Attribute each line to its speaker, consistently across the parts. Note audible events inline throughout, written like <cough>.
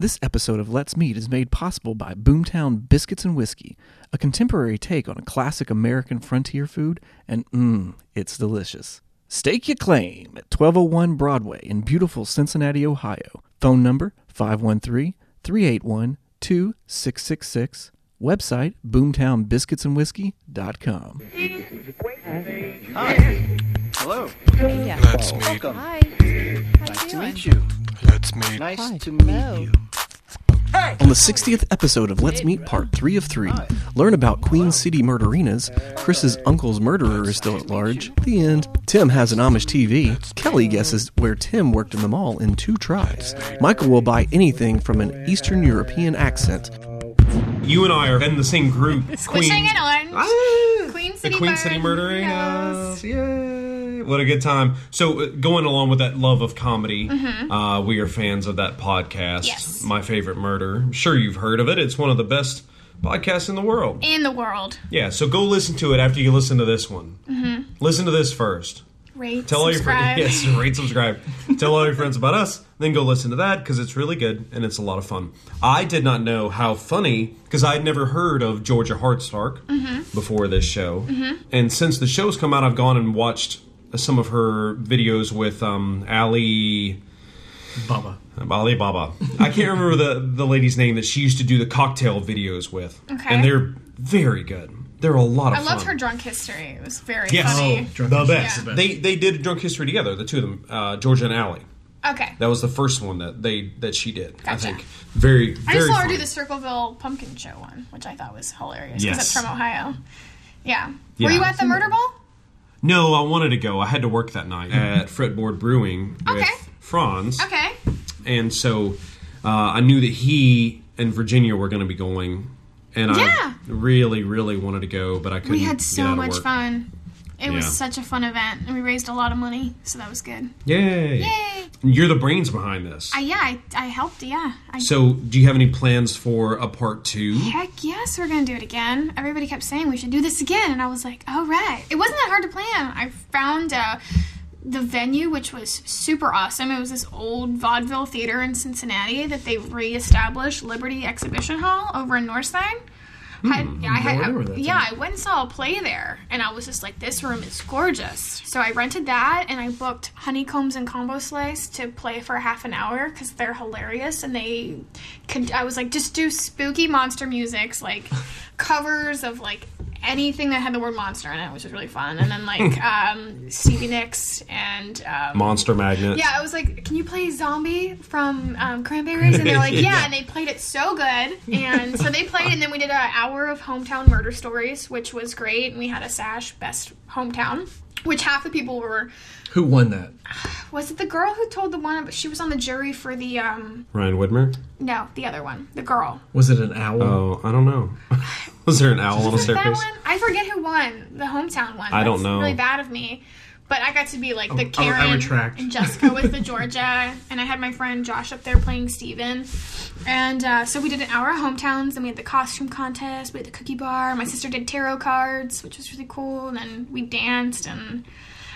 Speaker 1: This episode of Let's Meet is made possible by Boomtown Biscuits and Whiskey, a contemporary take on a classic American frontier food, and mmm, it's delicious. Stake your claim at 1201 Broadway in beautiful Cincinnati, Ohio. Phone number 513 381 2666. Website boomtownbiscuitsandwhiskey.com.
Speaker 2: Hello.
Speaker 3: Let's meet.
Speaker 2: Welcome.
Speaker 4: Hi.
Speaker 2: Nice
Speaker 4: How
Speaker 2: to
Speaker 4: you doing?
Speaker 2: meet you.
Speaker 3: Let's meet.
Speaker 2: Nice
Speaker 4: Hi.
Speaker 2: to meet
Speaker 4: Hello.
Speaker 2: you.
Speaker 1: On the 60th episode of Let's Meet Part 3 of 3, learn about Queen City murderinas, Chris's uncle's murderer is still at large, the end, Tim has an Amish TV, Kelly guesses where Tim worked in the mall in two tries, Michael will buy anything from an Eastern European accent,
Speaker 5: You and I are in the same group.
Speaker 6: <laughs> Squishing an orange.
Speaker 5: Ah,
Speaker 6: Queen
Speaker 5: the
Speaker 6: City
Speaker 5: Queen City
Speaker 6: Murdering
Speaker 5: Murderinas. Yay! What a good time. So, uh, going along with that love of comedy, uh, we are fans of that podcast.
Speaker 6: Mm-hmm. Yes.
Speaker 5: My favorite murder. I'm sure you've heard of it. It's one of the best podcasts in the world.
Speaker 6: in the world.
Speaker 5: Yeah. So go listen to it after you listen to this one.
Speaker 6: Mm-hmm.
Speaker 5: Listen to this first.
Speaker 6: Rate,
Speaker 5: Tell
Speaker 6: subscribe.
Speaker 5: all your friends. Yes, <laughs> rate, subscribe. Tell all your friends about us. Then go listen to that because it's really good and it's a lot of fun. I did not know how funny because I had never heard of Georgia Hardstark
Speaker 6: Mm-hmm.
Speaker 5: before this show, and since the show's come out, I've gone and watched some of her videos with um, Ali. Baba. Ali Baba. I can't remember the, the lady's name that she used to do the cocktail videos with.
Speaker 6: Okay.
Speaker 5: And they're very good. They're a lot of
Speaker 6: I
Speaker 5: fun.
Speaker 6: loved her drunk history. It was very
Speaker 5: Yes,
Speaker 6: funny.
Speaker 5: the best.
Speaker 6: Yeah.
Speaker 5: They they did Drunk History together, the two of them, uh, Georgia and Allie.
Speaker 6: okay.
Speaker 5: Oh. That was the first one that they that she did. I
Speaker 6: Gotcha.
Speaker 5: think very.
Speaker 6: I
Speaker 5: very
Speaker 6: just saw her
Speaker 5: fun.
Speaker 6: do the Circleville pumpkin show one, which I thought was hilarious because
Speaker 5: Yes.
Speaker 6: it's from Ohio. Yeah. Were
Speaker 5: Yeah.
Speaker 6: you at the murder ball?
Speaker 5: No, I wanted to go. I had to work that night at Fretboard Brewing
Speaker 6: Okay.
Speaker 5: with Franz.
Speaker 6: Okay.
Speaker 5: and so uh, I knew that he and Virginia were going to be going, and
Speaker 6: Yeah.
Speaker 5: I really, really wanted to go, but I couldn't.
Speaker 6: We had
Speaker 5: get out
Speaker 6: so
Speaker 5: of
Speaker 6: much
Speaker 5: work.
Speaker 6: fun. It
Speaker 5: Yeah.
Speaker 6: was such a fun event, and we raised a lot of money, so that was good.
Speaker 5: Yay!
Speaker 6: Yay!
Speaker 5: You're the brains behind this.
Speaker 6: I, yeah, I, I helped. Yeah, I
Speaker 5: so, do you have any plans for a part two?
Speaker 6: Heck yes, we're gonna do it again. Everybody kept saying we should do this again, and I was like, all right. It wasn't that hard to plan. I found uh, the venue, which was super awesome. It was this old vaudeville theater in Cincinnati that they reestablished, Liberty Exhibition Hall over in Northside. I, I had, yeah, I went and saw a play there, and I was just like, "This room is gorgeous." So I rented that, and I booked Honeycombs and Combo Slice to play for half an hour because they're hilarious, and they could. I was like, just do spooky monster musics, like covers of like anything that had the word monster in it, which was really fun. And then like um, Stevie Nicks and um,
Speaker 5: Monster Magnet.
Speaker 6: yeah, I was like, "Can you play Zombie from um, Cranberries?" And they're
Speaker 7: <laughs>
Speaker 6: like, yeah. and they played it so good. And so they played, and then we did an hour of hometown murder stories, which was great. And we had a sash, best hometown, which half the people were.
Speaker 7: Who won that?
Speaker 6: <sighs> Was it the girl who told the one? She was on the jury for the um,
Speaker 5: Ryan Widmer.
Speaker 6: no, the other one, the girl.
Speaker 7: Was it an owl?
Speaker 5: Oh, I don't know. <laughs> Was there an owl on a
Speaker 6: Was that
Speaker 5: staircase?
Speaker 6: one? I forget who won the hometown one.
Speaker 5: I don't
Speaker 6: That's
Speaker 5: know.
Speaker 6: Really bad of me. But I got to be like the
Speaker 7: I- I
Speaker 6: Karen
Speaker 7: retract.
Speaker 6: and Jessica was the Georgia, <laughs> and I had my friend Josh up there playing Steven. And uh, so we did an hour of hometowns, and we had the costume contest, we had the cookie bar. My sister did tarot cards, which was really cool. And then we danced, and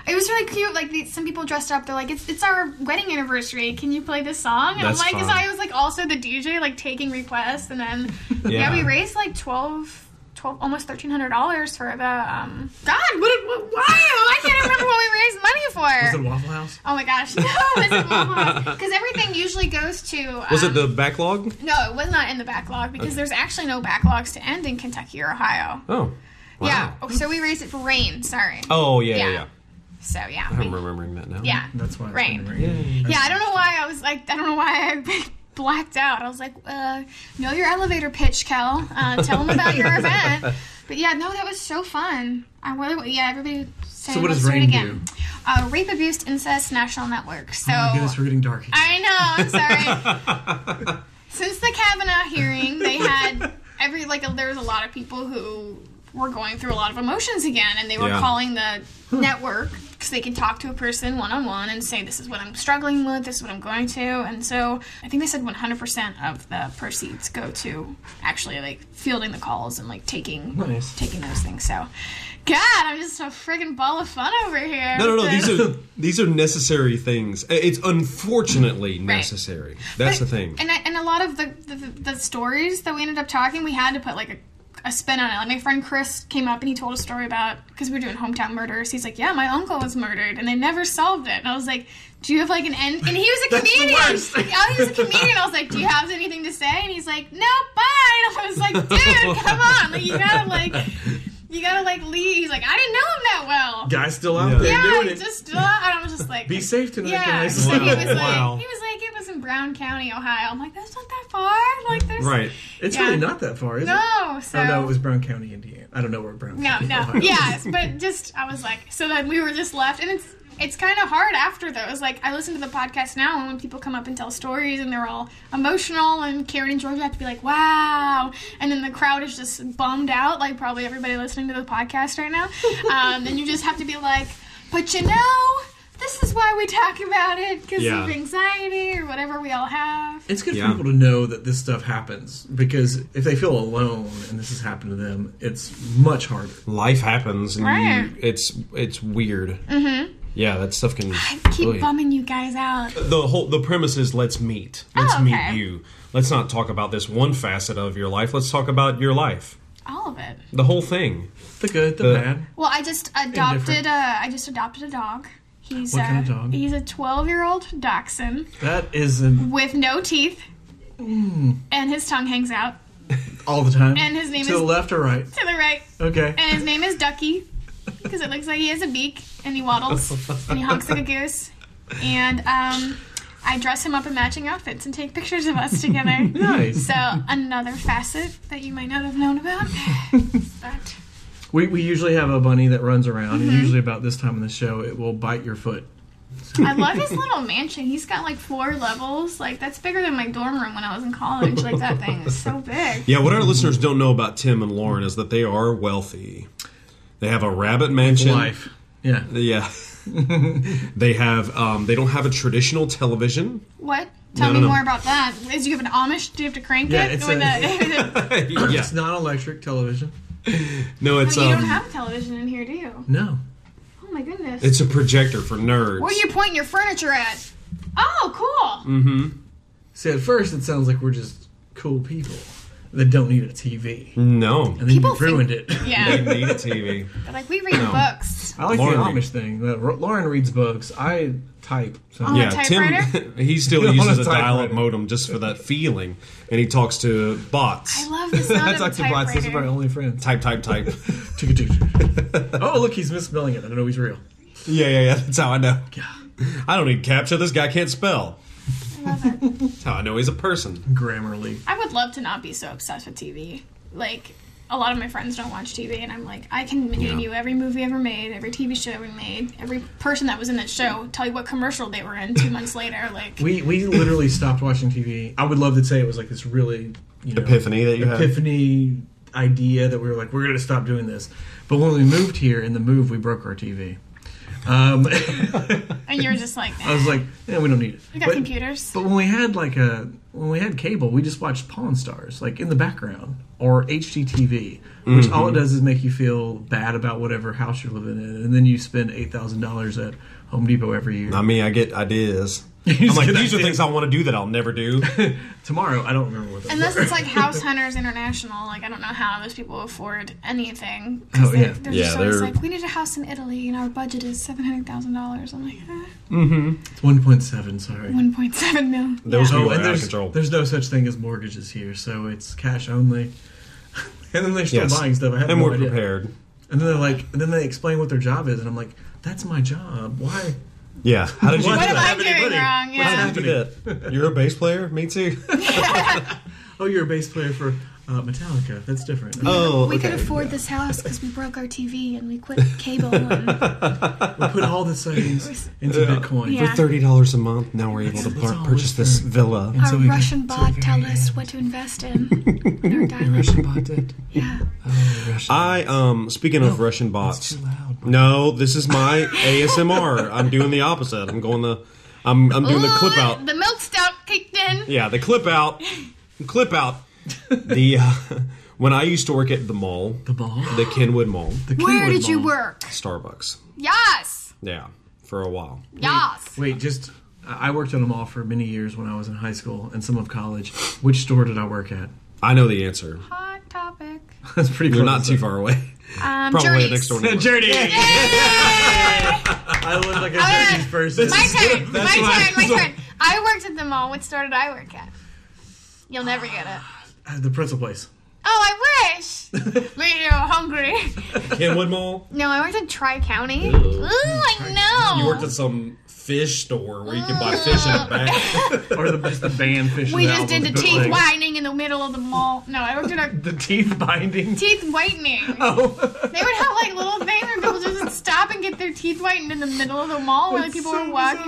Speaker 6: it was really cute. Like the, some people dressed up, they're like, "It's it's our wedding anniversary. Can you play this song?" And
Speaker 5: That's
Speaker 6: I'm like, so
Speaker 5: fun.
Speaker 6: I was like also the DJ, like taking requests, and then
Speaker 5: <laughs> Yeah.
Speaker 6: yeah, we raised like 12, 12 almost thirteen hundred dollars for the um. God, what? what why? I <laughs> can't remember what we raised
Speaker 7: Was it
Speaker 6: money for.
Speaker 7: Waffle House?
Speaker 6: Oh my gosh, no, it was not <laughs> because everything usually goes to. Um,
Speaker 5: Was it the backlog?
Speaker 6: No, it was not in the backlog because there's actually no backlogs to end in Kentucky or Ohio.
Speaker 5: Oh. Wow.
Speaker 6: Yeah, oh, so we raised it for rain. Sorry.
Speaker 5: Oh yeah, yeah.
Speaker 6: Yeah.
Speaker 5: yeah.
Speaker 6: So yeah, we-
Speaker 5: I'm remembering that now.
Speaker 6: yeah,
Speaker 7: That's why. it's
Speaker 6: rain.
Speaker 7: been rain.
Speaker 6: Yeah, I don't know why I was like, I don't know why I <laughs> blacked out. I was like, uh, know your elevator pitch, Kel. Uh, tell them about your
Speaker 7: <laughs>
Speaker 6: event. But yeah, no, that was so fun. I really, yeah, everybody. Say,
Speaker 7: So what
Speaker 6: let's
Speaker 7: does
Speaker 6: do it
Speaker 7: RAIN
Speaker 6: again. Uh, Rape Abuse Incest National Network. So
Speaker 7: Oh my goodness, we're getting dark. again.
Speaker 6: I know. I'm sorry.
Speaker 5: <laughs>
Speaker 6: Since the Kavanaugh hearing, they had every like there was a lot of people who were going through a lot of emotions again, and they were
Speaker 5: Yeah.
Speaker 6: calling the network because they can talk to a person one on one and say, "This is what I'm struggling with. This is what I'm going to." And so I think they said 100% of the proceeds go to actually like fielding the calls and like taking
Speaker 7: Nice.
Speaker 6: taking those things. So, God, I'm just a friggin' ball of fun over here.
Speaker 5: No, no, no.
Speaker 6: But-
Speaker 5: These
Speaker 6: <laughs>
Speaker 5: are these are necessary things. I- It's unfortunately necessary. That's the
Speaker 6: But-
Speaker 5: thing.
Speaker 6: And I, and a lot of the, the the stories that we ended up talking, we had to put like a, a spin on it. Like my friend Chris came up and he told a story about because we were doing hometown murders. He's like, yeah, my uncle was murdered and they never solved it. And I was like, do you have like an end? And he was
Speaker 7: <laughs>
Speaker 6: a
Speaker 7: That's the
Speaker 6: comedian. <laughs>
Speaker 7: worst.
Speaker 6: oh, he was a comedian. I was like, do you have anything to say? And he's like, no, bye. And I was like, dude,
Speaker 7: <laughs>
Speaker 6: come on, like you gotta like you gotta like leave. He's like, I didn't know him that well.
Speaker 7: Guy's still out
Speaker 5: Yeah.
Speaker 7: there
Speaker 6: Yeah,
Speaker 7: doing it.
Speaker 6: just uh, I was just like
Speaker 7: Be safe tonight,
Speaker 6: yeah,
Speaker 7: guys.
Speaker 6: so <laughs> he
Speaker 5: Wow.
Speaker 6: was like,
Speaker 5: Wow.
Speaker 6: he was like, it was in Brown County, Ohio. I'm like, that's not that far. Like, there's
Speaker 5: Right.
Speaker 7: It's
Speaker 6: Yeah.
Speaker 7: really not that far, is it?
Speaker 6: no. So
Speaker 7: Oh no, it was Brown County, Indiana. I don't know where Brown
Speaker 6: no,
Speaker 7: County
Speaker 6: no,
Speaker 7: Ohio is.
Speaker 6: yes, but just I was like, so then we were just left, and it's it's kind of hard after those. Like, I listen to the podcast now, and when people come up and tell stories, and they're all emotional, and Karen and Georgia have to be like, wow, and then the crowd is just bummed out, like probably everybody listening to the podcast right now, um, and you just have to be like, but you know. This is why we talk about it because
Speaker 5: Yeah.
Speaker 6: of anxiety or whatever we all have.
Speaker 7: It's good
Speaker 5: Yeah.
Speaker 7: for people to know that this stuff happens because if they feel alone and this has happened to them, it's much harder.
Speaker 5: Life happens, and
Speaker 6: Right.
Speaker 5: you, it's it's weird. Mm-hmm. Yeah, that stuff can.
Speaker 6: I keep
Speaker 5: really-
Speaker 6: bumming you guys out.
Speaker 5: the whole the premise is let's meet. Let's
Speaker 6: Oh, okay.
Speaker 5: meet you. Let's not talk about this one facet of your life. Let's talk about your life,
Speaker 6: All of it.
Speaker 5: the whole thing.
Speaker 7: The good, the
Speaker 5: The-
Speaker 7: bad.
Speaker 6: Well, I just adopted
Speaker 7: Indifferent.
Speaker 6: a. I just adopted a dog. He's
Speaker 7: What
Speaker 6: a,
Speaker 7: kind of dog?
Speaker 6: He's a 12 year old dachshund
Speaker 7: That is in
Speaker 6: with no teeth,
Speaker 7: Mm.
Speaker 6: and his tongue hangs out
Speaker 7: all the time.
Speaker 6: And his name
Speaker 7: to
Speaker 6: is-
Speaker 7: the left or right.
Speaker 6: to the right,
Speaker 7: Okay.
Speaker 6: and his name is Ducky because it looks like he has a beak and he waddles and he honks like a goose, and um, I dress him up in matching outfits and take pictures of us together.
Speaker 7: <laughs> nice.
Speaker 6: So another facet that you might not have
Speaker 7: <laughs>
Speaker 6: known about. But
Speaker 7: We, we usually have a bunny that runs around,
Speaker 6: Mm-hmm.
Speaker 7: and usually about this time in the show, it will bite your foot.
Speaker 6: I love his little mansion. He's got like four levels. Like that's bigger than my dorm room when I was in college. Like that thing is so big.
Speaker 5: Yeah, what our listeners don't know about Tim and Lauren is that they are wealthy. They have a rabbit mansion.
Speaker 7: Life. Yeah.
Speaker 5: Yeah. <laughs> they have um, they don't have a traditional television.
Speaker 6: What? Tell
Speaker 5: No,
Speaker 6: me
Speaker 5: no, no.
Speaker 6: more about that. Is you have an Amish? Do you have to crank
Speaker 7: Yeah,
Speaker 6: it?
Speaker 7: it's
Speaker 6: With
Speaker 7: a-
Speaker 6: the-
Speaker 5: yeah.
Speaker 7: It's not electric television.
Speaker 5: No, <laughs> it's
Speaker 6: But <laughs> you don't
Speaker 5: um
Speaker 6: have television in here, do you?
Speaker 7: No.
Speaker 6: Oh my goodness.
Speaker 5: it's a projector for nerds.
Speaker 6: Where are you pointing your furniture at? Oh,
Speaker 5: Mm.
Speaker 6: cool.
Speaker 7: See, at first, it sounds like we're just cool people that don't need a TV. And
Speaker 5: No.
Speaker 7: then
Speaker 6: People
Speaker 7: you ruined it.
Speaker 5: They
Speaker 6: Yeah.
Speaker 5: need a
Speaker 6: <laughs>
Speaker 5: TV.
Speaker 6: But, like we read books.
Speaker 7: I like the
Speaker 5: Lauren
Speaker 7: Amish
Speaker 5: reads.
Speaker 7: thing. That Ro- Lauren reads books. I type. So.
Speaker 6: Oh. On a
Speaker 5: Yeah, Tim <laughs> he still
Speaker 7: On
Speaker 5: uses
Speaker 7: a
Speaker 5: a dial up
Speaker 7: typewriter.
Speaker 5: modem just for that feeling. And he talks to bots.
Speaker 6: I love
Speaker 5: <laughs>
Speaker 6: the sound of a
Speaker 7: Dr. Black, those are my
Speaker 6: typewriter.
Speaker 7: only friends.
Speaker 5: Type, type,
Speaker 6: <laughs>
Speaker 5: type. <laughs>
Speaker 7: <laughs> oh, look, he's misspelling it. I know he's real.
Speaker 5: Yeah, yeah, yeah. That's how I know. I don't need capture. This guy can't spell. That's how I know he's a person.
Speaker 7: Grammarly.
Speaker 6: I would love to not be so obsessed with TV. Like a lot of my friends don't watch TV, and I'm like, I can name you every movie ever made, every TV show ever made, every person that was in that show. Tell you what commercial they were in two months later. Like,
Speaker 7: We we literally stopped watching TV. I would love to say it was like this really you know,
Speaker 5: Epiphany that you had.
Speaker 7: epiphany idea that we were like we're going to stop doing this. But when we moved here, in the move, we broke our TV. Um, <laughs>
Speaker 6: and you're just like,
Speaker 7: I was like, yeah, we don't need it.
Speaker 6: we got
Speaker 7: but,
Speaker 6: computers.
Speaker 7: but when we had like a when we had cable, we just watched Pawn Stars like in the background or HGTV, which all
Speaker 5: Mm-hmm.
Speaker 7: it does is make you feel bad about whatever house you're living in, and then you spend eight thousand dollars at Home Depot every year.
Speaker 5: I mean, I get ideas.
Speaker 7: <laughs> You
Speaker 5: I'm like,
Speaker 7: get
Speaker 5: these are
Speaker 7: ideas.
Speaker 5: things I want to do that I'll
Speaker 7: <laughs>
Speaker 5: never do.
Speaker 7: Tomorrow, I don't remember what. those
Speaker 6: Unless
Speaker 7: were. <laughs>
Speaker 6: it's like House Hunters International, like I don't know how those people afford anything.
Speaker 7: Oh,
Speaker 6: they,
Speaker 7: yeah.
Speaker 6: are
Speaker 5: Yeah,
Speaker 6: just always
Speaker 5: they're-
Speaker 6: like, we need a house in Italy, and our budget is seven hundred thousand dollars. I'm like, eh,
Speaker 7: One point seven, sorry.
Speaker 6: one point seven mil.
Speaker 5: Those
Speaker 6: Yeah.
Speaker 5: people
Speaker 7: Oh, and
Speaker 5: are out of
Speaker 7: there's,
Speaker 5: control.
Speaker 7: there's no such thing as mortgages here, so it's cash only. <laughs> and then they're still
Speaker 5: Yes.
Speaker 7: buying stuff. I have
Speaker 5: and
Speaker 7: no
Speaker 5: we're
Speaker 7: idea.
Speaker 5: prepared.
Speaker 7: And then they're like, and then they explain what their job is, and I'm like, that's my job. Why?
Speaker 5: Yeah. How did you
Speaker 7: What
Speaker 5: do
Speaker 6: What am
Speaker 5: that?
Speaker 6: I
Speaker 7: have any
Speaker 6: doing
Speaker 7: money.
Speaker 6: wrong?
Speaker 7: What's
Speaker 6: Yeah.
Speaker 5: How did you do that? You're a bass player? Me too.
Speaker 7: Oh, you're a bass player for Uh, Metallica. That's different.
Speaker 5: <laughs> Oh,
Speaker 6: we could
Speaker 5: okay.
Speaker 6: afford this house because we broke our TV and we
Speaker 7: <laughs>
Speaker 6: quit cable. And
Speaker 7: We put all the savings into Bitcoin.
Speaker 6: Yeah.
Speaker 5: For thirty dollars a month, now we're able to
Speaker 7: That's
Speaker 5: pur-
Speaker 7: all
Speaker 5: purchase
Speaker 7: we're
Speaker 5: this villa.
Speaker 7: And
Speaker 6: our
Speaker 7: so we got
Speaker 6: Russian
Speaker 7: to
Speaker 6: bot
Speaker 7: the
Speaker 6: tell
Speaker 7: very
Speaker 6: us
Speaker 7: end.
Speaker 6: what to
Speaker 7: <laughs>
Speaker 6: invest in. Our dial-up.
Speaker 7: Russian <laughs> bot did.
Speaker 6: Yeah.
Speaker 7: Oh, Russian.
Speaker 5: I um speaking of Russian bots.
Speaker 7: It's too loud.
Speaker 5: No, this is my ASMR. I'm doing the opposite. I'm going the I'm I'm doing the clip
Speaker 6: Ooh,
Speaker 5: out.
Speaker 6: The milk stout kicked in.
Speaker 5: Yeah, the clip out. Clip out. The uh, when I used to work at the mall,
Speaker 7: The ball.
Speaker 5: the Kenwood Mall,
Speaker 7: The
Speaker 6: Where
Speaker 7: Kenwood
Speaker 6: did you
Speaker 7: ball.
Speaker 6: work?
Speaker 5: Starbucks.
Speaker 6: Yes.
Speaker 5: Yeah, for a while.
Speaker 6: Yes.
Speaker 7: Wait, just I I worked at a mall for many years when I was in high school and some of college. Which store did I work at? <laughs>
Speaker 5: I know the answer.
Speaker 6: Hot topic.
Speaker 7: That's pretty.
Speaker 5: You're
Speaker 7: close.
Speaker 5: not too far away.
Speaker 6: Um,
Speaker 5: <laughs> Probably
Speaker 6: Journeys.
Speaker 5: next door.
Speaker 7: Yeah,
Speaker 5: <laughs> neighbor.
Speaker 7: Journey. <laughs> I look like a Journey <laughs> person.
Speaker 6: Oh, My turn. My
Speaker 5: That's why-
Speaker 6: turn. My turn. I worked at the mall. What store did I work at? You'll never get it.
Speaker 7: Uh, The pretzel place.
Speaker 6: Oh, I
Speaker 5: <laughs>
Speaker 6: wish. Made you hungry.
Speaker 5: Kenwood
Speaker 6: <laughs>
Speaker 5: Mall.
Speaker 6: No, I worked at Tri County. Ooh, I know.
Speaker 5: You worked at some fish store where you can buy fish in a bag.
Speaker 7: Or the, just the band fish.
Speaker 6: we just did the teeth
Speaker 7: like,
Speaker 6: whitening in the middle of the mall. No, I worked at a
Speaker 7: The teeth
Speaker 6: <laughs>
Speaker 7: binding.
Speaker 6: teeth whitening.
Speaker 7: <laughs> Oh.
Speaker 6: They would have like little things where people just would stop and get their teeth whitened in the middle of the mall where like,
Speaker 7: That's
Speaker 6: people
Speaker 7: so
Speaker 6: were walking.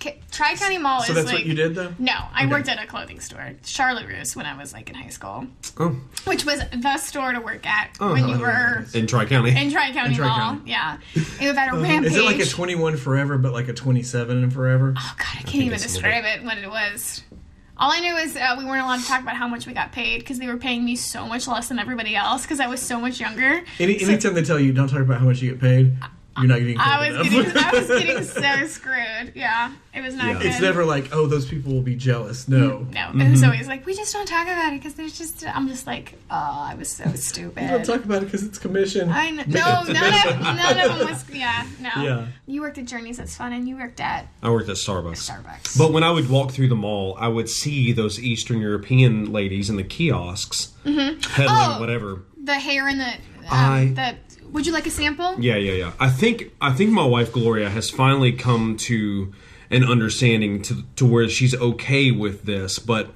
Speaker 7: bizarre.
Speaker 6: Tri County Mall
Speaker 7: So
Speaker 6: is
Speaker 7: that's
Speaker 6: like
Speaker 7: what you did
Speaker 6: <laughs>
Speaker 7: though.
Speaker 6: No, I worked at a clothing store, Charlotte Russe, when I was like in high school,
Speaker 5: Oh,
Speaker 6: which was the store to work at when you
Speaker 7: yeah,
Speaker 6: were
Speaker 5: in Tri County.
Speaker 6: in Tri County
Speaker 7: Tri-County.
Speaker 6: Mall. Yeah, it was at a
Speaker 7: <laughs>
Speaker 6: rampage.
Speaker 7: Is it like a 21 forever, but like a 27 and forever?
Speaker 6: oh god, I can't even
Speaker 5: it's a little
Speaker 6: describe it what it was. All I knew is uh, we weren't allowed to talk about how much we got paid because they were paying me so much less than everybody else because I was so much younger.
Speaker 7: Any, anytime they tell you don't talk about how much you get paid, you're not getting paid
Speaker 6: I was
Speaker 7: enough.
Speaker 6: getting, I was getting so screwed. Yeah, it was not
Speaker 5: Yeah.
Speaker 7: <laughs>
Speaker 6: good.
Speaker 7: it's never Mm-hmm. like, oh, those people will be jealous. No.
Speaker 6: No, it was always like we just don't talk about it because there's just. I'm just like, oh, I
Speaker 7: <laughs>
Speaker 6: was so stupid.
Speaker 7: Don't talk about it because it's commission.
Speaker 6: I know. No, none of, none
Speaker 7: <laughs>
Speaker 6: of them was. Yeah, no.
Speaker 7: Yeah.
Speaker 6: You worked at Journeys, that's fun, and you worked at
Speaker 5: I worked at Starbucks.
Speaker 6: Starbucks.
Speaker 5: But when I would walk through the mall, I would see those Eastern European ladies in the kiosks peddling
Speaker 6: Oh.
Speaker 5: whatever.
Speaker 6: the hair and the. Um,
Speaker 5: I-
Speaker 6: the would you like a sample?
Speaker 5: Yeah, yeah, yeah. I think I think my wife Gloria has finally come to an understanding to to where she's okay with this, but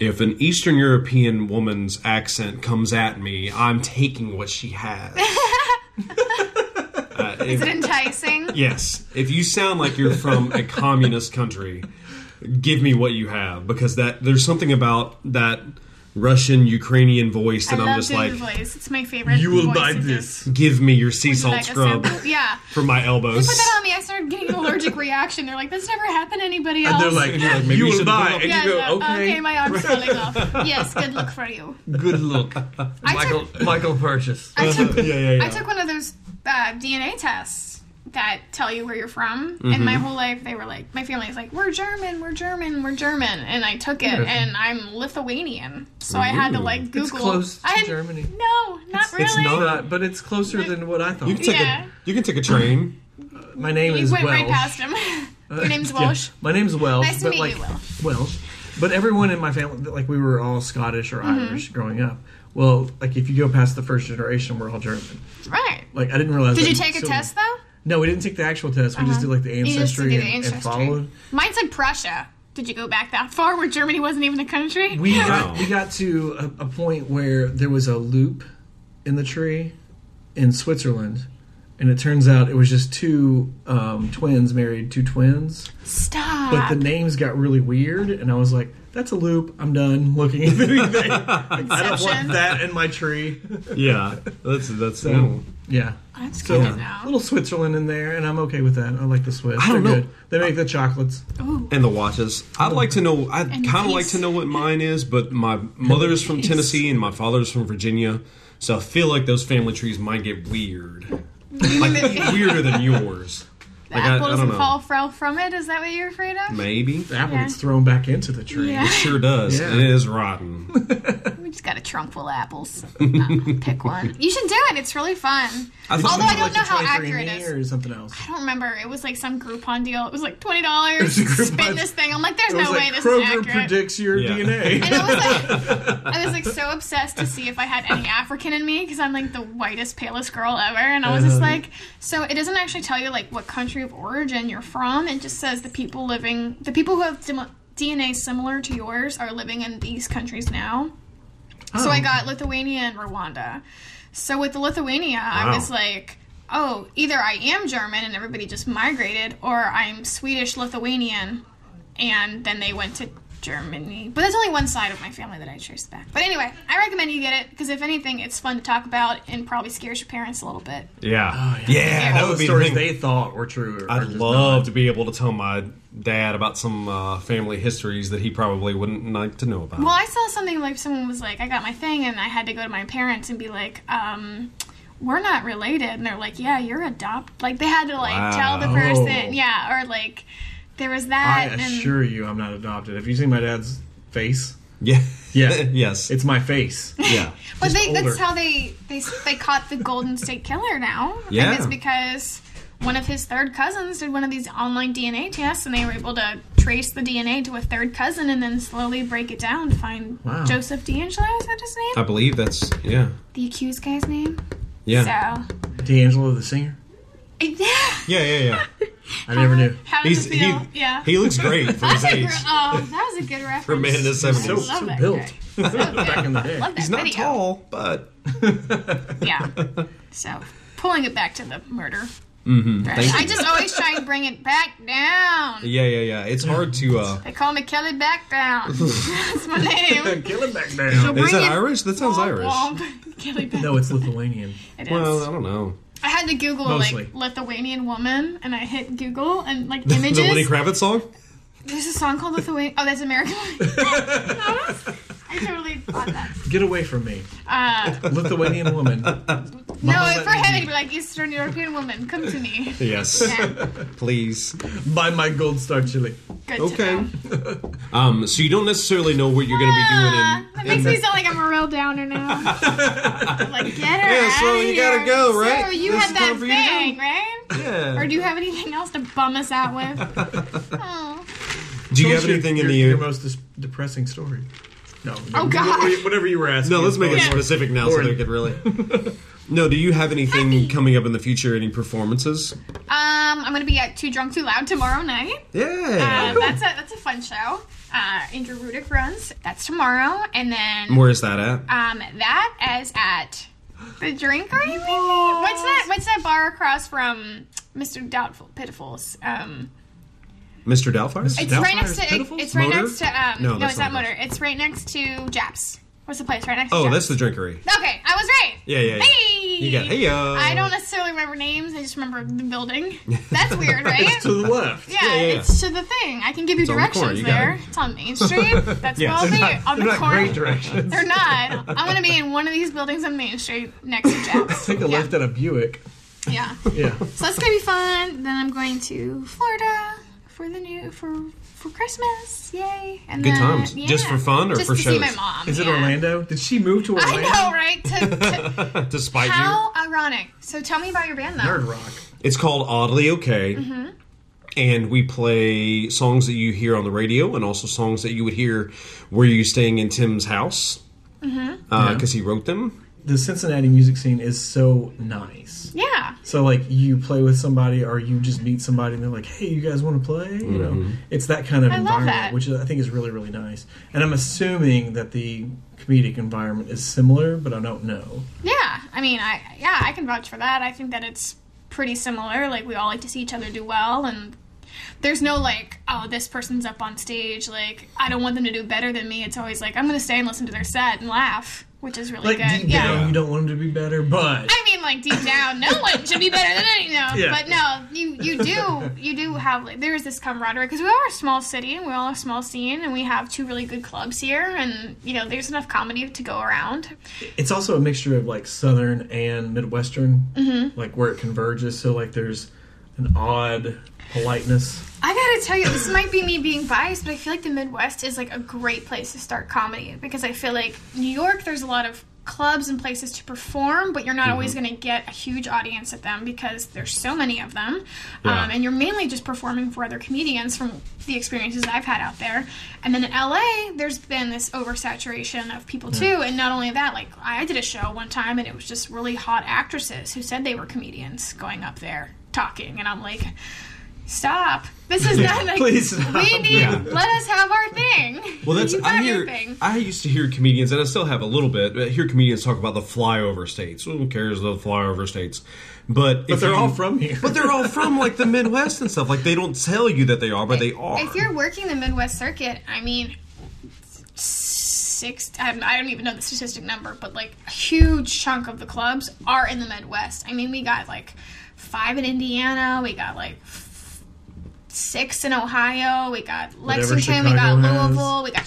Speaker 5: if an Eastern European woman's accent comes at me, I'm taking what she has.
Speaker 6: <laughs>
Speaker 5: Uh, if-
Speaker 6: Is
Speaker 7: <laughs>
Speaker 6: it enticing?
Speaker 5: Yes. If you sound like you're from a communist country, give me what you have because that there's something about that Russian Ukrainian voice
Speaker 6: I
Speaker 5: that I'm
Speaker 6: love
Speaker 5: just
Speaker 6: doing
Speaker 5: like,
Speaker 6: the voice. It's my favorite.
Speaker 7: you will
Speaker 6: voice
Speaker 7: buy
Speaker 6: of
Speaker 7: this.
Speaker 5: give me your sea
Speaker 6: Would you
Speaker 5: salt
Speaker 6: like a
Speaker 5: scrub
Speaker 6: sample? Yeah.
Speaker 5: for my elbows.
Speaker 6: Put that on me. I started getting an allergic reaction. They're like, "That's never happened to anybody else."
Speaker 7: And they're like,
Speaker 5: You're like, maybe
Speaker 7: you
Speaker 5: you
Speaker 7: will
Speaker 5: should
Speaker 7: buy.
Speaker 5: put
Speaker 7: And
Speaker 5: it
Speaker 6: yeah,
Speaker 7: you go,
Speaker 6: yeah, Uh,
Speaker 7: okay,
Speaker 6: my arm's falling off.
Speaker 7: <laughs>
Speaker 6: Yes, good luck for you.
Speaker 7: good look.
Speaker 6: I
Speaker 7: Michael,
Speaker 6: <laughs> took,
Speaker 7: Michael purchase.
Speaker 6: I took,
Speaker 5: yeah, yeah, yeah.
Speaker 6: I took one of those uh, DNA tests that tell you where you're from, and
Speaker 7: Mm-hmm.
Speaker 6: my whole life they were like, my family's like, we're German, we're German, we're German, and I took it, and I'm Lithuanian, so I had to like Google.
Speaker 7: close to
Speaker 6: I had-
Speaker 7: Germany.
Speaker 6: No, not really.
Speaker 5: it's not-
Speaker 7: Not, but it's closer than what I thought.
Speaker 5: you can take
Speaker 6: Yeah.
Speaker 5: a you can take a train.
Speaker 7: My name
Speaker 6: you
Speaker 7: is
Speaker 6: went
Speaker 7: Welsh.
Speaker 6: right past
Speaker 7: <laughs>
Speaker 6: him. Your name's
Speaker 7: Yeah.
Speaker 6: Welsh.
Speaker 7: My name's Welsh.
Speaker 6: Nice to
Speaker 7: but
Speaker 6: meet
Speaker 7: like,
Speaker 6: you, Welsh.
Speaker 7: Welsh. But everyone in my family, like we were all Scottish or
Speaker 6: Mm-hmm.
Speaker 7: Irish growing up. Well, like if you go past the first generation, we're all German.
Speaker 6: Right.
Speaker 7: Like I didn't realize.
Speaker 6: Did
Speaker 7: that
Speaker 6: you take a
Speaker 7: until-
Speaker 6: test though?
Speaker 7: No, we didn't take the actual test. We just did like the
Speaker 6: Uh-huh. You just
Speaker 7: ancestry,
Speaker 6: did
Speaker 7: and-
Speaker 6: the
Speaker 7: and, followed.
Speaker 6: Mine said Prussia. Did you go back that far where Germany wasn't even a country?
Speaker 7: We
Speaker 5: Wow.
Speaker 7: got we got to a, a point where there was a loop in the tree in Switzerland, and it turns out it was just two um, twins married two twins.
Speaker 6: Stop.
Speaker 7: But the names got really weird, and I was like, "That's a loop. I'm done looking at
Speaker 5: <laughs>
Speaker 7: anything. I don't
Speaker 6: Inception.
Speaker 7: want that in my tree."
Speaker 5: Yeah. That's that's
Speaker 7: So, yeah.
Speaker 6: That's
Speaker 7: So
Speaker 6: good to know.
Speaker 7: little Switzerland in there, and I'm okay with that. I like the Swiss.
Speaker 5: I don't
Speaker 7: They're
Speaker 5: know.
Speaker 7: good. They make the chocolates.
Speaker 5: and the watches. I'd like to know. I'd
Speaker 6: And
Speaker 5: kind of like
Speaker 6: peace.
Speaker 5: to know what mine is, but my mother's from
Speaker 7: Peace.
Speaker 5: Tennessee and my father's from Virginia, so I feel like those family trees might get weird, like weirder than yours.
Speaker 6: The
Speaker 5: Like, I-
Speaker 6: apple
Speaker 5: I
Speaker 6: doesn't
Speaker 5: don't know.
Speaker 6: fall fro from it. Is that what you're afraid of?
Speaker 5: Maybe
Speaker 7: The apple
Speaker 6: Yeah.
Speaker 7: gets thrown back into the tree.
Speaker 6: Yeah,
Speaker 5: sure does.
Speaker 7: Yeah.
Speaker 5: And it is rotten.
Speaker 6: we just got a trunk full of apples. Uh, pick one. You should do it. It's really fun. Although I don't know how accurate it
Speaker 7: Or
Speaker 6: is.
Speaker 7: is something else.
Speaker 6: I don't remember. It was like some Groupon deal. It was like twenty dollars.
Speaker 7: was a Groupon-
Speaker 6: Spin this thing. I'm like, there's
Speaker 7: It was
Speaker 6: no way
Speaker 7: like
Speaker 6: this is
Speaker 7: Kroger
Speaker 6: accurate.
Speaker 7: predicts your
Speaker 5: Yeah.
Speaker 7: DNA. <laughs>
Speaker 6: and I was like, I was like so obsessed to see if I had any African in me because I'm like the whitest, palest girl ever. And I was just like, so it doesn't actually tell you like what country of origin you're from. It just says the people living, the people who have dim- DNA similar to yours are living in these countries now. So I got Lithuania and Rwanda. So with the Lithuania,
Speaker 5: Wow.
Speaker 6: I was like, oh, either I am German and everybody just migrated, or I'm Swedish Lithuanian, and then they went to Germany. But that's only one side of my family that I traced back. But anyway, I recommend you get it because if anything, it's fun to talk about and probably scares your parents a little bit.
Speaker 5: Yeah. yeah.
Speaker 7: Oh, All the
Speaker 5: that would be the
Speaker 7: stories
Speaker 5: thing.
Speaker 7: they thought were true. are- are
Speaker 5: I'd
Speaker 7: just
Speaker 5: love to be able to tell my dad about some uh, family histories that he probably wouldn't like to know about.
Speaker 6: Well, I saw something like someone was like, I got my thing, and I had to go to my parents and be like, um, we're not related. And they're like, yeah, you're adopted. Like, they had to, like, tell the
Speaker 5: Wow.
Speaker 6: person. Yeah, or, like, there was
Speaker 7: I
Speaker 6: that. and
Speaker 7: assure you, I'm not adopted. Have you seen my dad's face?
Speaker 5: yeah.
Speaker 7: Yeah.
Speaker 5: <laughs> yes.
Speaker 7: It's my face.
Speaker 6: <laughs>
Speaker 5: yeah.
Speaker 6: But they,
Speaker 7: older.
Speaker 6: that's how they, they they caught the Golden State Killer now.
Speaker 5: Yeah.
Speaker 6: And it's because one of his third cousins did one of these online DNA tests, and they were able to trace the DNA to a third cousin and then slowly break it down to find
Speaker 7: Wow. Uh,
Speaker 6: Joseph D'Angelo. Is that his name?
Speaker 5: I believe that's yeah.
Speaker 6: the accused guy's name?
Speaker 5: Yeah.
Speaker 6: So.
Speaker 7: <laughs> D'Angelo, the singer.
Speaker 6: Yeah.
Speaker 5: Yeah, yeah,
Speaker 6: <laughs>
Speaker 5: yeah.
Speaker 7: I never knew.
Speaker 6: How does
Speaker 5: He's
Speaker 6: it feel?
Speaker 5: he,
Speaker 6: yeah.
Speaker 5: he looks great for
Speaker 6: <laughs>
Speaker 5: his age.
Speaker 6: oh, that was a good reference.
Speaker 5: For a man in his
Speaker 6: I love
Speaker 5: seventies.
Speaker 7: So
Speaker 6: that
Speaker 7: built.
Speaker 6: guy. So built.
Speaker 7: Back in the day.
Speaker 6: Love that
Speaker 5: He's not
Speaker 6: video.
Speaker 5: tall, but
Speaker 6: Yeah. So pulling it back to the murder. Mm-hmm. I just always try and bring it
Speaker 5: <laughs>
Speaker 6: back down.
Speaker 5: yeah, yeah, yeah. It's hard to. uh
Speaker 6: They call me Kelly Back Down. That's my name.
Speaker 7: Kill him back down.
Speaker 6: Bring
Speaker 5: Is that
Speaker 6: it-
Speaker 5: Irish? That sounds
Speaker 6: Womp
Speaker 5: Irish.
Speaker 6: womp. <laughs> Kelly Back.
Speaker 7: No, it's Lithuanian.
Speaker 6: It is.
Speaker 5: Well, I don't know.
Speaker 6: I had to Google
Speaker 7: Mostly.
Speaker 6: like Lithuanian woman, and I hit Google and like
Speaker 5: The Lenny
Speaker 6: images.
Speaker 5: Kravitz song.
Speaker 6: There's a song called Lithuanian. Oh, that's American. <laughs> I totally thought that.
Speaker 7: Get away from me.
Speaker 6: Uh,
Speaker 5: <laughs>
Speaker 7: Lithuanian woman.
Speaker 6: No,
Speaker 7: let
Speaker 6: for
Speaker 7: me
Speaker 6: him, he'd be like, Eastern European woman, come
Speaker 5: <laughs>
Speaker 6: to me.
Speaker 5: Yes,
Speaker 6: Yeah,
Speaker 5: please.
Speaker 7: Buy my gold star chili.
Speaker 6: good
Speaker 5: Okay.
Speaker 6: to know.
Speaker 5: Um, so you don't necessarily know what you're going to be
Speaker 6: Ah,
Speaker 5: doing in.
Speaker 6: that makes me sound like I'm a real
Speaker 5: <laughs>
Speaker 6: downer now. I'm like, get her
Speaker 5: Yeah, so
Speaker 6: out of
Speaker 5: you gotta
Speaker 6: here.
Speaker 5: go,
Speaker 6: So
Speaker 5: right?
Speaker 6: you
Speaker 5: This
Speaker 6: had
Speaker 5: is time
Speaker 6: that
Speaker 5: for you to
Speaker 6: thing, right?
Speaker 5: Yeah.
Speaker 6: Or do you have anything else to bum us out
Speaker 5: <laughs>
Speaker 6: with? oh,
Speaker 5: Do you
Speaker 7: Tell
Speaker 5: have
Speaker 7: us your-
Speaker 5: anything in
Speaker 7: your,
Speaker 5: the?
Speaker 7: Your most dis- depressing story. No. no,
Speaker 6: Oh, gosh.
Speaker 7: whatever you- Whatever you were asking.
Speaker 5: No, let's make it
Speaker 7: Yeah.
Speaker 5: specific now so
Speaker 7: Lauren.
Speaker 5: they can really. <laughs> No, do you have anything coming up in the future? Any performances?
Speaker 6: um, I'm gonna be at Too Drunk Too Loud tomorrow night.
Speaker 5: Yeah.
Speaker 6: Uh, that's a that's a fun show. Uh, Andrew Rudick runs. That's tomorrow, and then
Speaker 5: Where is that at?
Speaker 6: Um, that is at the drink or anything. What's that? What's that bar across from Mr. Doubtful Pitifuls? Um,
Speaker 5: Mr. Doubtfire?
Speaker 6: it's
Speaker 7: Doubtfire's
Speaker 6: right next to. it-
Speaker 7: Pitifuls?
Speaker 6: It's right
Speaker 5: Motor?
Speaker 6: next to. Um,
Speaker 5: No,
Speaker 6: no,
Speaker 5: that's
Speaker 6: it's
Speaker 5: not
Speaker 6: not motor. It's right next to Japs. What's the place right next? to
Speaker 5: Oh, that's
Speaker 6: Japs?
Speaker 5: the drinkery.
Speaker 6: Okay, I was right.
Speaker 5: Yeah, yeah, yeah.
Speaker 6: Hey.
Speaker 5: You got hey uh, yo. <laughs>
Speaker 6: I don't necessarily remember names. I just remember the building. That's weird, right?
Speaker 7: To the left.
Speaker 6: yeah,
Speaker 5: yeah, yeah.
Speaker 6: it's to the thing. I can give you
Speaker 5: on the
Speaker 6: directions
Speaker 5: corner, you got
Speaker 6: there.
Speaker 5: it.
Speaker 6: It's
Speaker 5: <laughs>
Speaker 6: on Main Street. That's
Speaker 5: Yeah,
Speaker 6: probably
Speaker 5: they're not-
Speaker 6: on the
Speaker 7: Not
Speaker 6: corner.
Speaker 7: great directions.
Speaker 6: They're not. I'm gonna be in one of these buildings on Main Street next to Jack's.
Speaker 7: Take a
Speaker 6: yeah.
Speaker 7: left at a Buick.
Speaker 6: Yeah. <laughs>
Speaker 7: Yeah.
Speaker 6: So that's gonna be fun. Then I'm going to Florida for the new for for Christmas. Yay! And
Speaker 5: Good
Speaker 6: then,
Speaker 5: times. Just for fun or
Speaker 6: Just
Speaker 5: for
Speaker 6: to see my
Speaker 5: shows?
Speaker 6: mom.
Speaker 7: Is it
Speaker 6: yeah.
Speaker 7: Orlando? Did she move to
Speaker 6: I
Speaker 7: Orlando?
Speaker 6: know, right?
Speaker 5: <laughs>
Speaker 6: To, to,
Speaker 5: to spite
Speaker 6: how ironic. So tell me about your band, though.
Speaker 7: Nerd rock.
Speaker 5: you. It's called Oddly Okay.
Speaker 6: Mm-hmm.
Speaker 5: And we play songs that you hear on the radio and also songs that you would hear were you staying in Tim's house because
Speaker 6: Mm-hmm.
Speaker 5: he wrote them.
Speaker 7: The Cincinnati music scene is so nice.
Speaker 6: Yeah.
Speaker 7: So like you play with somebody or you just meet somebody and they're like, "Hey, you guys want to play?" You know, it's that kind of
Speaker 6: love
Speaker 7: environment,
Speaker 6: that.
Speaker 7: which I think is really really nice. And I'm assuming that the comedic environment is similar, but I don't know.
Speaker 6: Yeah, I mean, I yeah, I can vouch for that. I think that it's pretty similar. Like we all like to see each other do well, and there's no like, oh, this person's up on stage. Like I don't want them to do better than me. It's always like I'm gonna stay and listen to their set and laugh, which is really
Speaker 7: Like
Speaker 6: good.
Speaker 7: deep
Speaker 6: Yeah.
Speaker 7: down, you don't want them to be better, but
Speaker 6: I mean, like deep down, no
Speaker 7: <laughs>
Speaker 6: one should be better than any. No,
Speaker 7: Yeah.
Speaker 6: but no, you you do you do have like there is this camaraderie because we are a small city and we all are a small scene and we have two really good clubs here and you know there's enough comedy to go around.
Speaker 7: it's also a mixture of like southern and midwestern,
Speaker 6: Mm-hmm.
Speaker 7: like where it converges. So like there's an odd politeness.
Speaker 6: I gotta tell you, this might be me being biased, but I feel like the Midwest is like a great place to start comedy because I feel like New York, there's a lot of clubs and places to perform, but you're not always gonna get a huge audience at them because there's so many of them.
Speaker 5: Yeah.
Speaker 6: Um, and you're mainly just performing for other comedians from the experiences I've had out there. And then in LA, there's been this oversaturation of people too. And not only that, like I did a show one time and it was just really hot actresses who said they were comedians going up there talking. And I'm like, Stop. This
Speaker 5: <laughs>
Speaker 6: is not like
Speaker 7: Please stop.
Speaker 6: we need.
Speaker 5: Yeah.
Speaker 6: Let us have our thing.
Speaker 5: Well, that's
Speaker 6: You
Speaker 5: I
Speaker 6: got
Speaker 5: hear.
Speaker 6: your thing.
Speaker 5: I used to hear comedians, and I still have a little bit. but I hear comedians talk about the flyover states. Who cares the flyover states? But
Speaker 7: But
Speaker 5: if
Speaker 7: they're
Speaker 5: you-
Speaker 7: all from here.
Speaker 5: <laughs> But they're all from like the Midwest and stuff. Like they don't tell you that they are, but they are.
Speaker 6: If you're working the Midwest circuit, I mean, six. I I don't even know the statistic number, but like a huge chunk of the clubs are in the Midwest. I mean, we got like five in Indiana. We got like f- six in Ohio. We got Lexington. We got
Speaker 7: Chicago has.
Speaker 6: Louisville. We got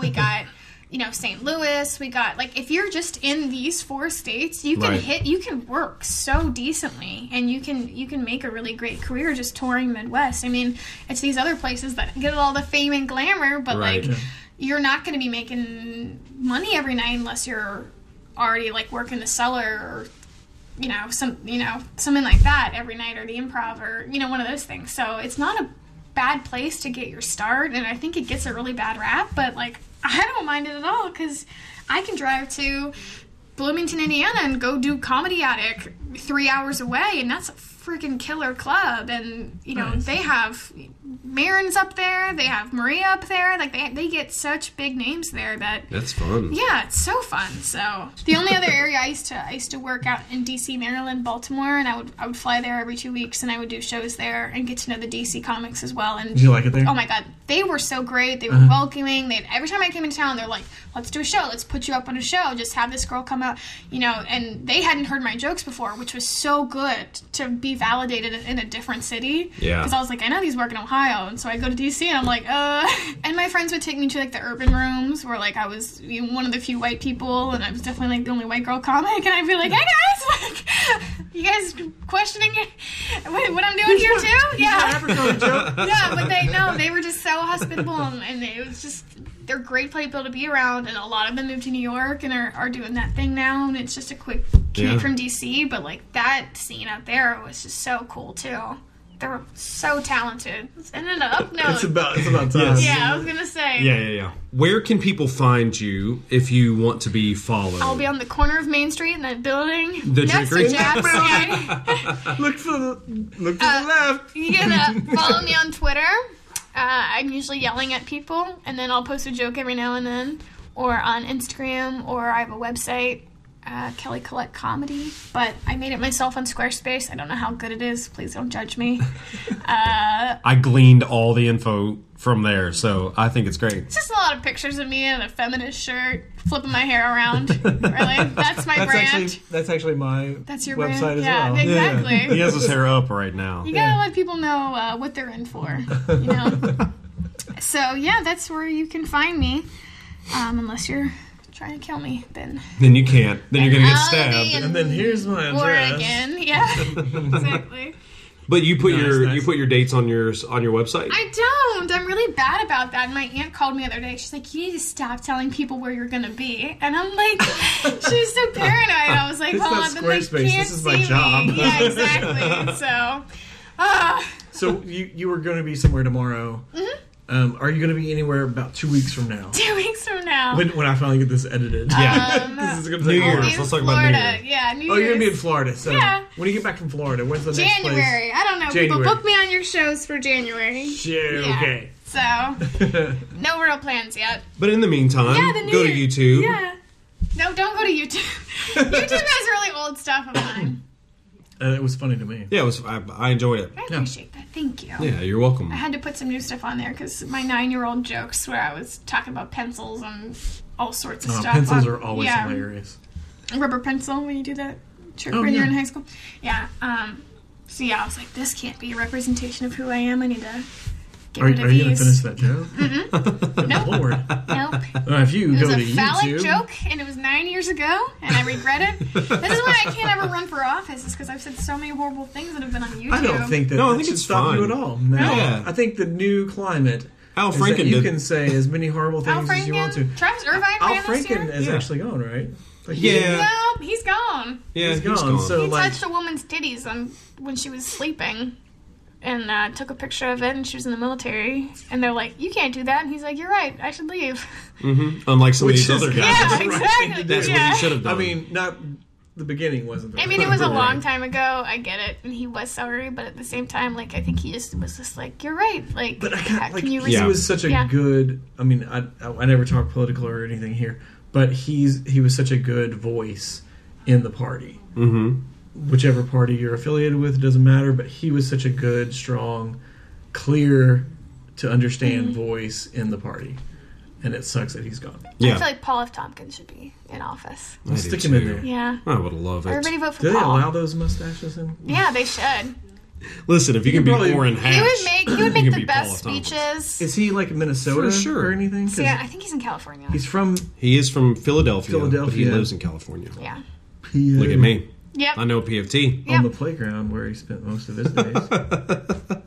Speaker 5: <laughs>
Speaker 6: We got. You know, St. Louis, we got like if you're just in these four states, you can
Speaker 5: Right.
Speaker 6: hit you can work so decently and you can you can make a really great career just touring midwest i mean it's these other places that get all the fame and glamour but
Speaker 5: Right.
Speaker 6: like you're not going to be making money every night unless you're already like working the cellar or you know some you know something like that every night or the improv or you know one of those things so it's not a bad place to get your start and i think it gets a really bad rap but like <laughs> i don't mind it at all because i can drive to bloomington indiana and go do comedy attic three hours away and that's a freaking killer club and you know they have marin's up there they have maria up there like they, they get such big names there that
Speaker 5: that's fun.
Speaker 6: yeah, it's so fun. So the only other area I used to I used to work out in DC, Maryland, Baltimore, and I would I would fly there every two weeks and I would do shows there and get to know the DC comics as well. And
Speaker 7: Did you like it there?
Speaker 6: oh my god, they were so great. They were welcoming. They every time I came into town, they're like, "Let's do a show. Let's put you up on a show. Just have this girl come out." You know, and they hadn't heard my jokes before, which was so good to be validated in a different city.
Speaker 5: Yeah.
Speaker 6: because I was like, I know these work in Ohio, and so I go to DC, and I'm like, uh. And my friends would take me to like the urban rooms where like I was you know, one of the few white people, and I was definitely like the only white girl comic, and I'd be like, "Hey guys, <laughs> like, you guys questioning <laughs> what what I'm doing here too?" Yeah yeah, but they no, they were just so hospitable, and, and it was just they're great people to be around. And a lot of them moved to New York and are, are doing that thing now. And it's just a quick commute
Speaker 5: Yeah.
Speaker 6: from DC, but like that scene out there was just so cool too. They were so talented. Let's end it up. No,
Speaker 7: <laughs> It's about it's about time.
Speaker 6: yeah, I was gonna say.
Speaker 5: Yeah, yeah, yeah. Where can people find you if you want to be followed?
Speaker 6: I'll be on the corner of Main Street in that building.
Speaker 5: The
Speaker 6: next to
Speaker 5: drinkery? <laughs>
Speaker 6: Jack's. Yeah.
Speaker 7: Look for the look to
Speaker 6: Uh,
Speaker 7: the left.
Speaker 6: You
Speaker 7: <laughs>
Speaker 6: can uh, follow me on Twitter. Uh, I'm usually yelling at people, and then I'll post a joke every now and then, or on Instagram, or I have a website, uh, Kelly Collect Comedy. But I made it myself on Squarespace. I don't know how good it is. Please don't judge me.
Speaker 5: I gleaned all the info from there, so I think it's great.
Speaker 6: It's just a lot of pictures of me in a feminist shirt, flipping my hair
Speaker 7: <laughs>
Speaker 6: around. really, that's my
Speaker 7: That's
Speaker 6: brand.
Speaker 7: actually that's actually my
Speaker 6: That's your
Speaker 7: website
Speaker 6: brand.
Speaker 7: as
Speaker 6: Yeah,
Speaker 7: well.
Speaker 6: exactly.
Speaker 5: He has his hair up right now.
Speaker 6: You gotta let people know uh, what they're in for,
Speaker 7: <laughs>
Speaker 6: you know. so yeah, that's where you can find me, um, unless you're trying to kill me. Then
Speaker 5: Then you can't. Then you're gonna get
Speaker 6: I'll be
Speaker 5: stabbed.
Speaker 6: in
Speaker 7: And then here's my address. <laughs>
Speaker 6: Oregon, yeah, exactly.
Speaker 5: But you put your
Speaker 7: nice.
Speaker 5: you put your dates on your on your website.
Speaker 6: I don't. I'm really bad about that. My aunt called me the other day. She's like, "You need to stop telling people where you're gonna be." And I'm
Speaker 7: <laughs>
Speaker 6: like, she was so paranoid. I was like,
Speaker 7: It's
Speaker 6: "Well,
Speaker 7: not
Speaker 6: then they
Speaker 7: Squarespace.
Speaker 6: can't
Speaker 7: This is my
Speaker 6: see me."
Speaker 7: job. <laughs>
Speaker 6: Yeah, exactly. So, ah.
Speaker 7: So you you were going to be somewhere tomorrow. Um, are you going to be anywhere about two weeks from now?
Speaker 6: mm-hmm. two weeks from
Speaker 7: <laughs>
Speaker 6: now. Um,
Speaker 7: When, when I finally get this edited,
Speaker 5: yeah.
Speaker 7: <laughs> this is going to
Speaker 5: New
Speaker 7: take
Speaker 6: I'll
Speaker 5: Year's.
Speaker 6: be
Speaker 7: hours.
Speaker 6: in
Speaker 5: Let's talk about New
Speaker 6: Florida.
Speaker 5: Year's.
Speaker 6: Yeah, New
Speaker 7: Oh, you're going to be in
Speaker 6: Year's.
Speaker 7: Florida. So
Speaker 6: Yeah.
Speaker 7: when you get back from Florida, where's the next place?
Speaker 6: January. I don't know.
Speaker 7: January.
Speaker 6: People book me on your shows for January.
Speaker 7: January.
Speaker 6: Yeah.
Speaker 7: Okay.
Speaker 6: So,
Speaker 7: <laughs>
Speaker 6: no real plans yet.
Speaker 5: But in the meantime,
Speaker 6: Yeah, the New
Speaker 5: go to
Speaker 6: Year-
Speaker 5: YouTube.
Speaker 6: Yeah. No, don't go to
Speaker 7: <laughs>
Speaker 6: YouTube. YouTube has really old stuff of mine.
Speaker 7: Uh, it was funny to me.
Speaker 5: Yeah, it was. I, I enjoyed it.
Speaker 6: I appreciate that. Thank you.
Speaker 5: Yeah, you're welcome.
Speaker 6: I had to put some new stuff on there because my nine-year-old jokes where I was talking about pencils and all sorts of
Speaker 7: Uh,
Speaker 6: stuff.
Speaker 7: pencils
Speaker 6: on-
Speaker 7: are always
Speaker 6: yeah.
Speaker 7: hilarious.
Speaker 6: rubber pencil when you do that trick
Speaker 7: Oh,
Speaker 6: when you're
Speaker 7: yeah.
Speaker 6: in high school. Yeah. Um, so yeah, I was like, this can't be a representation of who I am. I need to get
Speaker 7: Are, are
Speaker 6: rid
Speaker 7: you
Speaker 6: of
Speaker 7: going to
Speaker 6: these. Mm-hmm.
Speaker 7: finish that joke? <laughs>
Speaker 6: Nope.
Speaker 7: Lord. <laughs>
Speaker 6: Nope.
Speaker 7: Uh, if you
Speaker 6: It
Speaker 7: go
Speaker 6: was
Speaker 7: to
Speaker 6: a phallic
Speaker 7: YouTube,
Speaker 6: joke, and it was nine years ago, and I regret it. this is why I can't ever run for office, is because I've said so many horrible things that have been on YouTube.
Speaker 7: I don't think that
Speaker 5: No, I
Speaker 7: that
Speaker 5: think
Speaker 7: should
Speaker 5: it's
Speaker 7: stop you
Speaker 5: fine.
Speaker 7: at all. No.
Speaker 5: Yeah.
Speaker 7: I think the new climate
Speaker 5: Al
Speaker 7: is that
Speaker 5: Franken
Speaker 7: you
Speaker 5: did.
Speaker 7: can say as many horrible
Speaker 6: Al
Speaker 7: things as you want to.
Speaker 6: Franken, Travis Irvine
Speaker 7: Al
Speaker 6: ran this
Speaker 7: Franken
Speaker 6: year.
Speaker 7: is
Speaker 5: Yeah.
Speaker 7: actually gone, right? Like,
Speaker 5: Yeah.
Speaker 6: Nope, he's gone.
Speaker 5: yeah,
Speaker 7: he's gone, so
Speaker 6: He
Speaker 7: like,
Speaker 6: touched a woman's titties on, when she was sleeping and uh, took a picture of it, and she was in the military. And they're like, You can't do that. And he's like, You're right. I should leave.
Speaker 5: Unlike some of
Speaker 7: Which
Speaker 5: these
Speaker 7: is-
Speaker 5: other guys,
Speaker 6: Yeah,
Speaker 7: <laughs> That's the right thing
Speaker 6: exactly.
Speaker 7: to do.
Speaker 5: that's
Speaker 6: yeah.
Speaker 5: what you should have done.
Speaker 7: I mean, not the beginning wasn't. The
Speaker 6: I mean, it was a long time ago. I get it, and he was sorry, but at the same time, like I think he just was just like, "You're right." Like,
Speaker 7: But I
Speaker 6: how
Speaker 7: got like
Speaker 6: can you?
Speaker 7: he
Speaker 5: Yeah.
Speaker 6: respect-
Speaker 7: was such a
Speaker 6: Yeah.
Speaker 7: good. I mean, I, I I never talk political or anything here, but he's he was such a good voice in the party. Mm-hmm. Whichever party you're affiliated with it doesn't matter, but he was such a good, strong, clear to understand
Speaker 6: Mm-hmm.
Speaker 7: voice in the party, and it sucks that he's gone.
Speaker 6: I
Speaker 5: Yeah,
Speaker 6: feel like Paul F. Tompkins should be in office.
Speaker 5: I do
Speaker 7: Stick him in
Speaker 5: too.
Speaker 7: there.
Speaker 6: Yeah,
Speaker 5: I would love it.
Speaker 6: everybody vote for
Speaker 7: Do they
Speaker 6: Paul.
Speaker 7: allow those mustaches in?
Speaker 6: yeah, they should.
Speaker 5: Listen, if you, can,
Speaker 7: can
Speaker 5: be
Speaker 7: probably-
Speaker 5: Orrin Hatch,
Speaker 6: He would make he
Speaker 5: you
Speaker 7: <clears throat>
Speaker 6: would make
Speaker 5: can
Speaker 6: the
Speaker 5: be
Speaker 6: best
Speaker 5: Paula Tompkins.
Speaker 6: speeches.
Speaker 7: Is he like Minnesota
Speaker 5: For sure.
Speaker 7: or anything? 'Cause
Speaker 6: So, yeah, I think he's in California.
Speaker 7: He's from
Speaker 5: He is from Philadelphia, but he
Speaker 7: Philadelphia.
Speaker 5: lives in California.
Speaker 6: yeah.
Speaker 5: Look at me.
Speaker 6: Yep.
Speaker 5: I know PFT.
Speaker 7: on
Speaker 6: Yep.
Speaker 7: the playground where he spent most of his days.
Speaker 5: <laughs>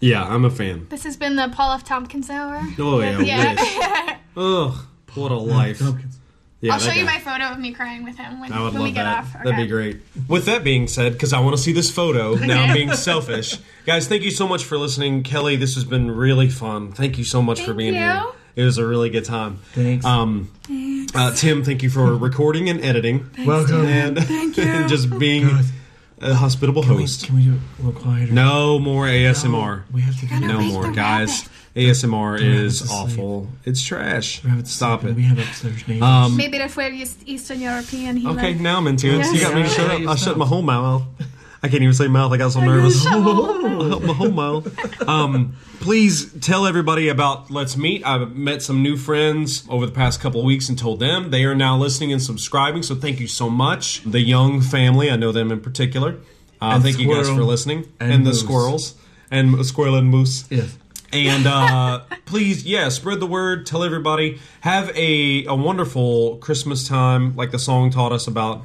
Speaker 5: Yeah, I'm a fan.
Speaker 6: This has been the Paul F. Tompkins hour.
Speaker 5: Oh yeah,
Speaker 6: Yeah.
Speaker 5: Wiz. Ugh, what a life.
Speaker 7: Tompkins.
Speaker 5: Yeah,
Speaker 6: <laughs> I'll
Speaker 5: that
Speaker 6: show you
Speaker 5: guy.
Speaker 6: my photo of me crying with him when,
Speaker 5: I would
Speaker 6: when
Speaker 5: love
Speaker 6: we get
Speaker 5: that.
Speaker 6: off.
Speaker 5: That'd be great. With that being said, because I want to see this
Speaker 6: <laughs>
Speaker 5: photo, now I'm being selfish. Guys, thank you so much for listening. Kelly, this has been really fun. Thank you so much for
Speaker 6: Thank
Speaker 5: being
Speaker 6: you.
Speaker 5: here. It was a really good time.
Speaker 7: Thanks.
Speaker 5: Um, uh, Tim, thank you for recording and editing.
Speaker 7: Welcome.
Speaker 5: And,
Speaker 6: Thank you.
Speaker 5: and <laughs> just being
Speaker 7: God.
Speaker 5: a hospitable host.
Speaker 7: Can we do it a little quieter?
Speaker 5: No more ASMR.
Speaker 7: We have to do
Speaker 5: No
Speaker 6: Wake
Speaker 5: more,
Speaker 6: the
Speaker 5: guys. ASMR is
Speaker 7: to sleep.
Speaker 5: awful. It's trash.
Speaker 7: We have to
Speaker 5: Stop
Speaker 7: sleep,
Speaker 5: it.
Speaker 7: and We have upstairs neighbors.
Speaker 5: Um,
Speaker 6: Maybe that's where East, Eastern European. He
Speaker 5: Okay,
Speaker 6: like-
Speaker 5: now I'm into it.
Speaker 6: Yeah.
Speaker 5: You got me to shut up. I shut my whole mouth. I can't even say mouth. I got so nervous. <laughs>
Speaker 6: Shut up.
Speaker 5: my whole mouth. Um, please tell everybody about Let's Meet. I've met some new friends over the past couple of weeks and told them. They are now listening and subscribing, so thank you so much. The Young family, I know them in particular. Uh,
Speaker 7: And
Speaker 5: thank you guys
Speaker 7: squirrel
Speaker 5: for listening. And,
Speaker 7: and
Speaker 5: the
Speaker 7: moose.
Speaker 5: squirrels. And squirrel and moose.
Speaker 7: yes.
Speaker 5: And
Speaker 6: <laughs>
Speaker 5: uh, please, yeah, spread the word. Tell everybody. Have a, a wonderful Christmas time, like the song taught us about.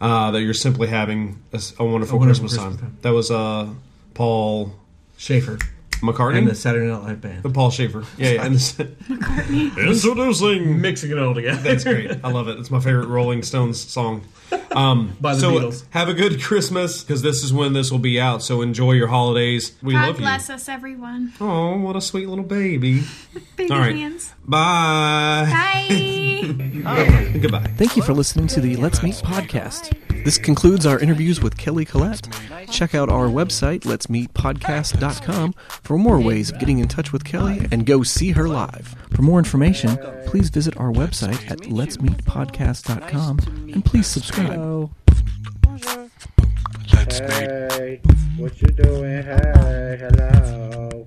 Speaker 5: Uh, that you're simply having a, s- a wonderful,
Speaker 7: wonderful
Speaker 5: Christmas,
Speaker 7: Christmas
Speaker 5: time.
Speaker 7: time.
Speaker 5: That was uh, Paul
Speaker 7: Schaefer
Speaker 5: McCartney
Speaker 7: and the Saturday Night Live band.
Speaker 5: and Paul Schaefer. Yeah, yeah. And this, <laughs> introducing.
Speaker 7: Mixing it all together.
Speaker 5: That's great. I love it. It's my favorite Rolling Stones song.
Speaker 7: By the
Speaker 5: so
Speaker 7: Beatles.
Speaker 5: have a good Christmas because this is when this will be out. So enjoy your holidays. We
Speaker 6: God
Speaker 5: love
Speaker 6: bless us, everyone.
Speaker 5: you. Oh, what a sweet little baby.
Speaker 6: Baby
Speaker 5: All right.
Speaker 6: hands.
Speaker 5: Bye. <laughs>
Speaker 6: Bye.
Speaker 5: Goodbye.
Speaker 1: Thank you for listening to the Let's Meet podcast. This concludes our interviews with Kelly Collette. Check out our website, letsmeetpodcast.com, for more ways of getting in touch with Kelly and go see her live. For more information, please visit our website at letsmeetpodcast.com and please subscribe.
Speaker 3: Let's meet.
Speaker 4: Hey, what you doing? Hey, hello.